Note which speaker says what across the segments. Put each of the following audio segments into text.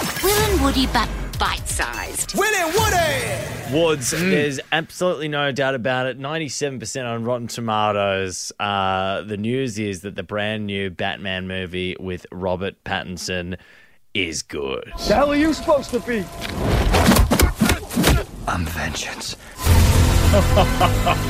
Speaker 1: and Woody back bite sized.
Speaker 2: Winnie Woody!
Speaker 3: Woods, there's absolutely no doubt about it. 97% on Rotten Tomatoes. Uh, the news is that the brand new Batman movie with Robert Pattinson is good.
Speaker 4: The hell are you supposed to be?
Speaker 2: I'm vengeance.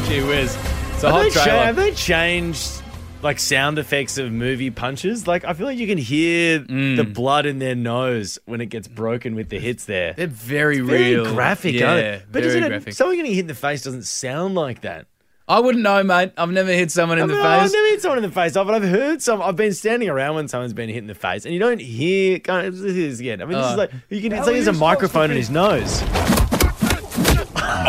Speaker 5: Gee whiz. It's a
Speaker 3: Have they,
Speaker 5: hot
Speaker 3: cha- have
Speaker 5: trailer.
Speaker 3: they changed like sound effects of movie punches? Like, I feel like you can hear the blood in their nose when it gets broken with the hits there.
Speaker 5: They're very
Speaker 3: Very
Speaker 5: real.
Speaker 3: graphic,
Speaker 5: yeah,
Speaker 3: aren't they? But
Speaker 5: very
Speaker 3: isn't it
Speaker 5: graphic.
Speaker 3: someone getting hit in the face doesn't sound like that?
Speaker 5: I wouldn't know, mate. I've never hit someone in
Speaker 3: I
Speaker 5: the
Speaker 3: mean, oh, I've
Speaker 5: face.
Speaker 3: never hit someone in the face, but I've heard some. I've been standing around when someone's been hit in the face, and you don't hear. Kind of, this is again. I mean, this
Speaker 5: Oh.
Speaker 3: is like you can. It's
Speaker 4: How
Speaker 3: like
Speaker 4: are
Speaker 3: there's
Speaker 4: you
Speaker 3: a
Speaker 4: supposed to
Speaker 3: microphone in
Speaker 4: be-
Speaker 3: his nose.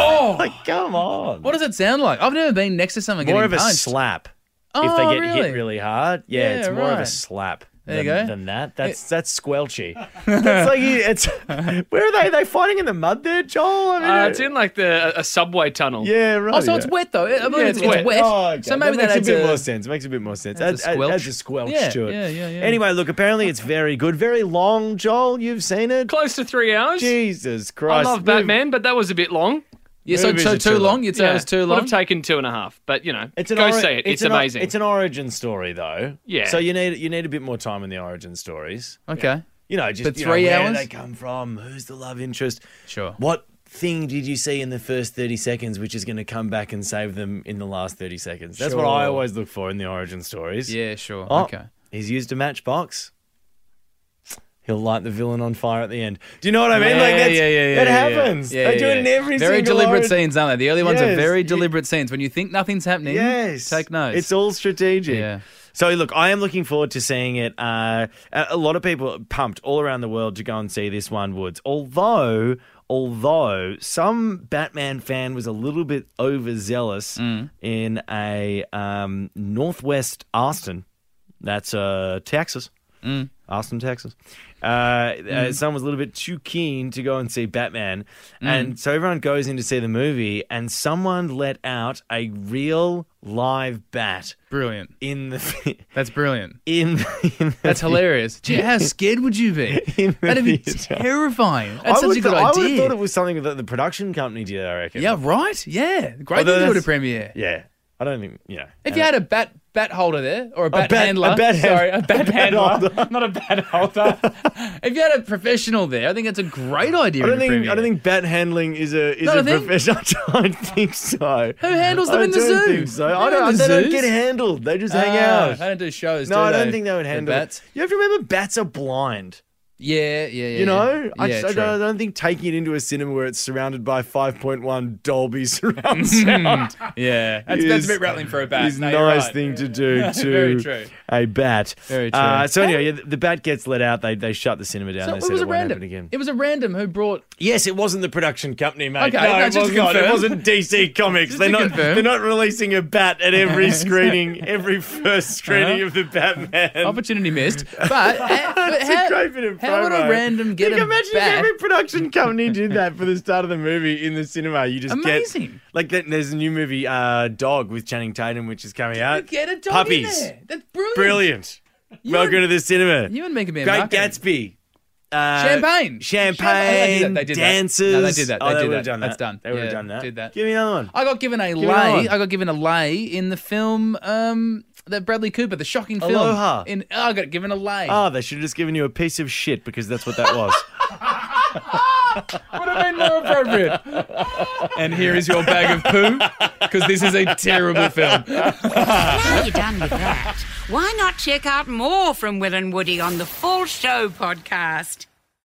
Speaker 5: Oh,
Speaker 3: Like, come on.
Speaker 5: what does it sound like? I've never been next to someone
Speaker 3: more of a
Speaker 5: getting punched.
Speaker 3: slap if
Speaker 5: Oh,
Speaker 3: they get
Speaker 5: really?
Speaker 3: hit really hard. Yeah,
Speaker 5: Yeah,
Speaker 3: it's more of a
Speaker 5: right.
Speaker 3: slap.
Speaker 5: There you
Speaker 3: than,
Speaker 5: go.
Speaker 3: than that. That's that's squelchy. that's like you- it's where are they? Are they fighting in the mud there, Joel? I mean,
Speaker 6: Uh,
Speaker 3: it-
Speaker 6: it's in like the a, a subway tunnel.
Speaker 3: yeah, right.
Speaker 5: Oh, so it's
Speaker 3: yeah.
Speaker 5: wet though. I believe
Speaker 6: Yeah,
Speaker 5: it's,
Speaker 6: it's
Speaker 5: it's
Speaker 6: wet.
Speaker 5: wet.
Speaker 3: Oh, okay.
Speaker 5: So maybe
Speaker 3: that
Speaker 5: that,
Speaker 3: makes
Speaker 5: adds
Speaker 3: a bit
Speaker 5: a-
Speaker 3: more sense. Makes a bit more sense.
Speaker 5: That's a
Speaker 3: Add- add-
Speaker 5: squelch.
Speaker 3: adds a squelch
Speaker 5: Yeah,
Speaker 3: to it.
Speaker 5: yeah, yeah, yeah.
Speaker 3: Anyway, look, apparently it's very good, very long. Joel, you've seen it.
Speaker 6: Close to three hours.
Speaker 3: Jesus
Speaker 6: I
Speaker 3: Christ!
Speaker 6: love Batman, but that was a bit long.
Speaker 5: Yeah, so,
Speaker 3: Movies
Speaker 5: so
Speaker 3: are
Speaker 5: too long. You'd say it was too
Speaker 6: Would
Speaker 5: long.
Speaker 6: have taken two and a half, but you know,
Speaker 3: It's an
Speaker 6: go
Speaker 3: ori-
Speaker 6: see it. It's,
Speaker 3: an o-
Speaker 6: amazing.
Speaker 3: it's an origin story, though.
Speaker 6: Yeah.
Speaker 3: So you need you need a bit more time in the origin stories.
Speaker 5: okay,
Speaker 3: You know, just
Speaker 5: But
Speaker 3: you know,
Speaker 5: three
Speaker 3: where
Speaker 5: hours?
Speaker 3: they come from? Who's the love interest?
Speaker 5: sure.
Speaker 3: What thing did you see in the first thirty seconds, which is going to come back and save them in the last thirty seconds? That's what I
Speaker 5: Sure.
Speaker 3: always look for in the origin stories.
Speaker 5: Yeah, sure.
Speaker 3: Oh,
Speaker 5: Okay.
Speaker 3: He's used a matchbox. He'll light the villain on fire at the end. Do you know what I mean?
Speaker 5: Yeah,
Speaker 3: like that's,
Speaker 5: yeah, yeah,
Speaker 3: that
Speaker 5: yeah, yeah,
Speaker 3: happens.
Speaker 5: yeah. Yeah,
Speaker 3: they do
Speaker 5: yeah,
Speaker 3: it in
Speaker 5: yeah.
Speaker 3: every
Speaker 5: very
Speaker 3: single
Speaker 5: deliberate
Speaker 3: origin-
Speaker 5: scenes, aren't they? The early ones
Speaker 3: Yes,
Speaker 5: are very
Speaker 3: you-
Speaker 5: deliberate scenes. When you think nothing's happening,
Speaker 3: Yes.
Speaker 5: take notes.
Speaker 3: It's all strategic.
Speaker 5: Yeah.
Speaker 3: So look, I am looking forward to seeing it. Uh, a a lot of people are pumped all around the world to go and see this one, Woods. Although, although some Batman fan was a little bit overzealous in a um, Northwest Austin, that's uh, Texas. Austin, Texas. Uh, uh, someone was a little bit too keen to go and see Batman. And so everyone goes in to see the movie, and someone let out a real live bat
Speaker 5: brilliant.
Speaker 3: in the.
Speaker 5: That's brilliant.
Speaker 3: In, in the
Speaker 5: That's hilarious. Gee, how scared would you be?
Speaker 3: In the
Speaker 5: That'd be
Speaker 3: theatre.
Speaker 5: terrifying. That's
Speaker 3: I
Speaker 5: such a
Speaker 3: would've
Speaker 5: good
Speaker 3: thought- I would have
Speaker 5: idea.
Speaker 3: thought it was something that the production company did, I reckon.
Speaker 5: yeah, right. Yeah, great
Speaker 3: Although
Speaker 5: thing to do at a
Speaker 3: that's-
Speaker 5: premiere.
Speaker 3: Yeah. I don't think, you know.
Speaker 5: If you had a bat bat holder there or a bat,
Speaker 3: bat-
Speaker 5: handler,
Speaker 3: a bat hand-
Speaker 5: sorry, a bat,
Speaker 3: a bat
Speaker 5: handler,
Speaker 3: holder.
Speaker 5: not a bat holder. if you had a professional there, I think it's a great idea.
Speaker 3: I
Speaker 5: at
Speaker 3: don't
Speaker 5: a
Speaker 3: think I
Speaker 5: premiere.
Speaker 3: don't think bat handling is a is
Speaker 5: Not
Speaker 3: a
Speaker 5: a thing?
Speaker 3: profession. I don't think so.
Speaker 5: Who handles them
Speaker 3: I
Speaker 5: in the
Speaker 3: don't
Speaker 5: zoo?
Speaker 3: Think so.
Speaker 5: They're
Speaker 3: I
Speaker 5: in
Speaker 3: don't.
Speaker 5: the
Speaker 3: They don't
Speaker 5: zoos.
Speaker 3: get handled. They just hang
Speaker 5: Ah,
Speaker 3: out.
Speaker 5: They don't do shows.
Speaker 3: No,
Speaker 5: do
Speaker 3: I don't
Speaker 5: they?
Speaker 3: think they would
Speaker 5: The
Speaker 3: handle
Speaker 5: bats.
Speaker 3: it. You have to remember, bats are blind.
Speaker 5: Yeah, yeah, yeah.
Speaker 3: You know,
Speaker 5: yeah.
Speaker 3: I,
Speaker 5: Yeah,
Speaker 3: just, I,
Speaker 5: true.
Speaker 3: don't, I don't think taking it into a cinema where it's surrounded by 5.1 Dolby surround sound
Speaker 5: yeah, that's,
Speaker 3: is-
Speaker 5: that's a bit rattling for a bat.
Speaker 3: is
Speaker 5: no,
Speaker 3: a
Speaker 5: you're
Speaker 3: nice
Speaker 5: right.
Speaker 3: thing to do to
Speaker 5: Very true.
Speaker 3: a bat.
Speaker 5: Very true.
Speaker 3: Uh, so anyway, yeah, the, the bat gets let out. They they shut the cinema down.
Speaker 5: So
Speaker 3: they
Speaker 5: it
Speaker 3: said
Speaker 5: was a
Speaker 3: it won't
Speaker 5: random.
Speaker 3: happen again.
Speaker 5: It was a random who brought
Speaker 3: Yes, it wasn't the production company, mate.
Speaker 5: Okay,
Speaker 3: no,
Speaker 5: no,
Speaker 3: it,
Speaker 5: just to
Speaker 3: was not. it
Speaker 5: confirm.
Speaker 3: wasn't DC Comics.
Speaker 5: Just
Speaker 3: they're
Speaker 5: to
Speaker 3: not.
Speaker 5: confirm.
Speaker 3: They're not releasing a bat at every screening, every first screening
Speaker 5: Uh-huh.
Speaker 3: of the Batman.
Speaker 5: opportunity missed. But, uh, but
Speaker 3: It's a
Speaker 5: how,
Speaker 3: great bit of
Speaker 5: how would
Speaker 3: promo.
Speaker 5: a random get
Speaker 3: Like,
Speaker 5: a
Speaker 3: imagine
Speaker 5: bat?
Speaker 3: if every production company did that for the start of the movie in the cinema. You just get
Speaker 5: Amazing.
Speaker 3: like that, there's a new movie, uh, Dog with Channing Tatum, which is coming out.
Speaker 5: Get a dog in
Speaker 3: Puppies.
Speaker 5: there. That's brilliant.
Speaker 3: Brilliant. Welcome
Speaker 5: and-
Speaker 3: to the cinema.
Speaker 5: You and Mega Man.
Speaker 3: Great
Speaker 5: marketing.
Speaker 3: Gatsby. Uh,
Speaker 5: Champagne.
Speaker 3: Champagne.
Speaker 5: Champagne. Oh, They did that. They did that.
Speaker 3: Dances.
Speaker 5: No, they did that.
Speaker 3: Oh,
Speaker 5: They did
Speaker 3: would've
Speaker 5: that.
Speaker 3: done
Speaker 5: That's done.
Speaker 3: They would have
Speaker 5: Yeah,
Speaker 3: done that.
Speaker 5: did that. Oh.
Speaker 3: Give me another one.
Speaker 5: I got given a
Speaker 3: me another one.
Speaker 5: lay. I got given a lay in the film um, that Bradley Cooper, the shocking film.
Speaker 3: Aloha.
Speaker 5: In I got given a lay.
Speaker 3: Oh, they should have just given you a piece of shit because that's what that was.
Speaker 5: Would have been more appropriate. and here is your bag of poo, because this is a terrible film.
Speaker 1: Now you're done with that, why not check out more from Will and Woody on the Full Show podcast?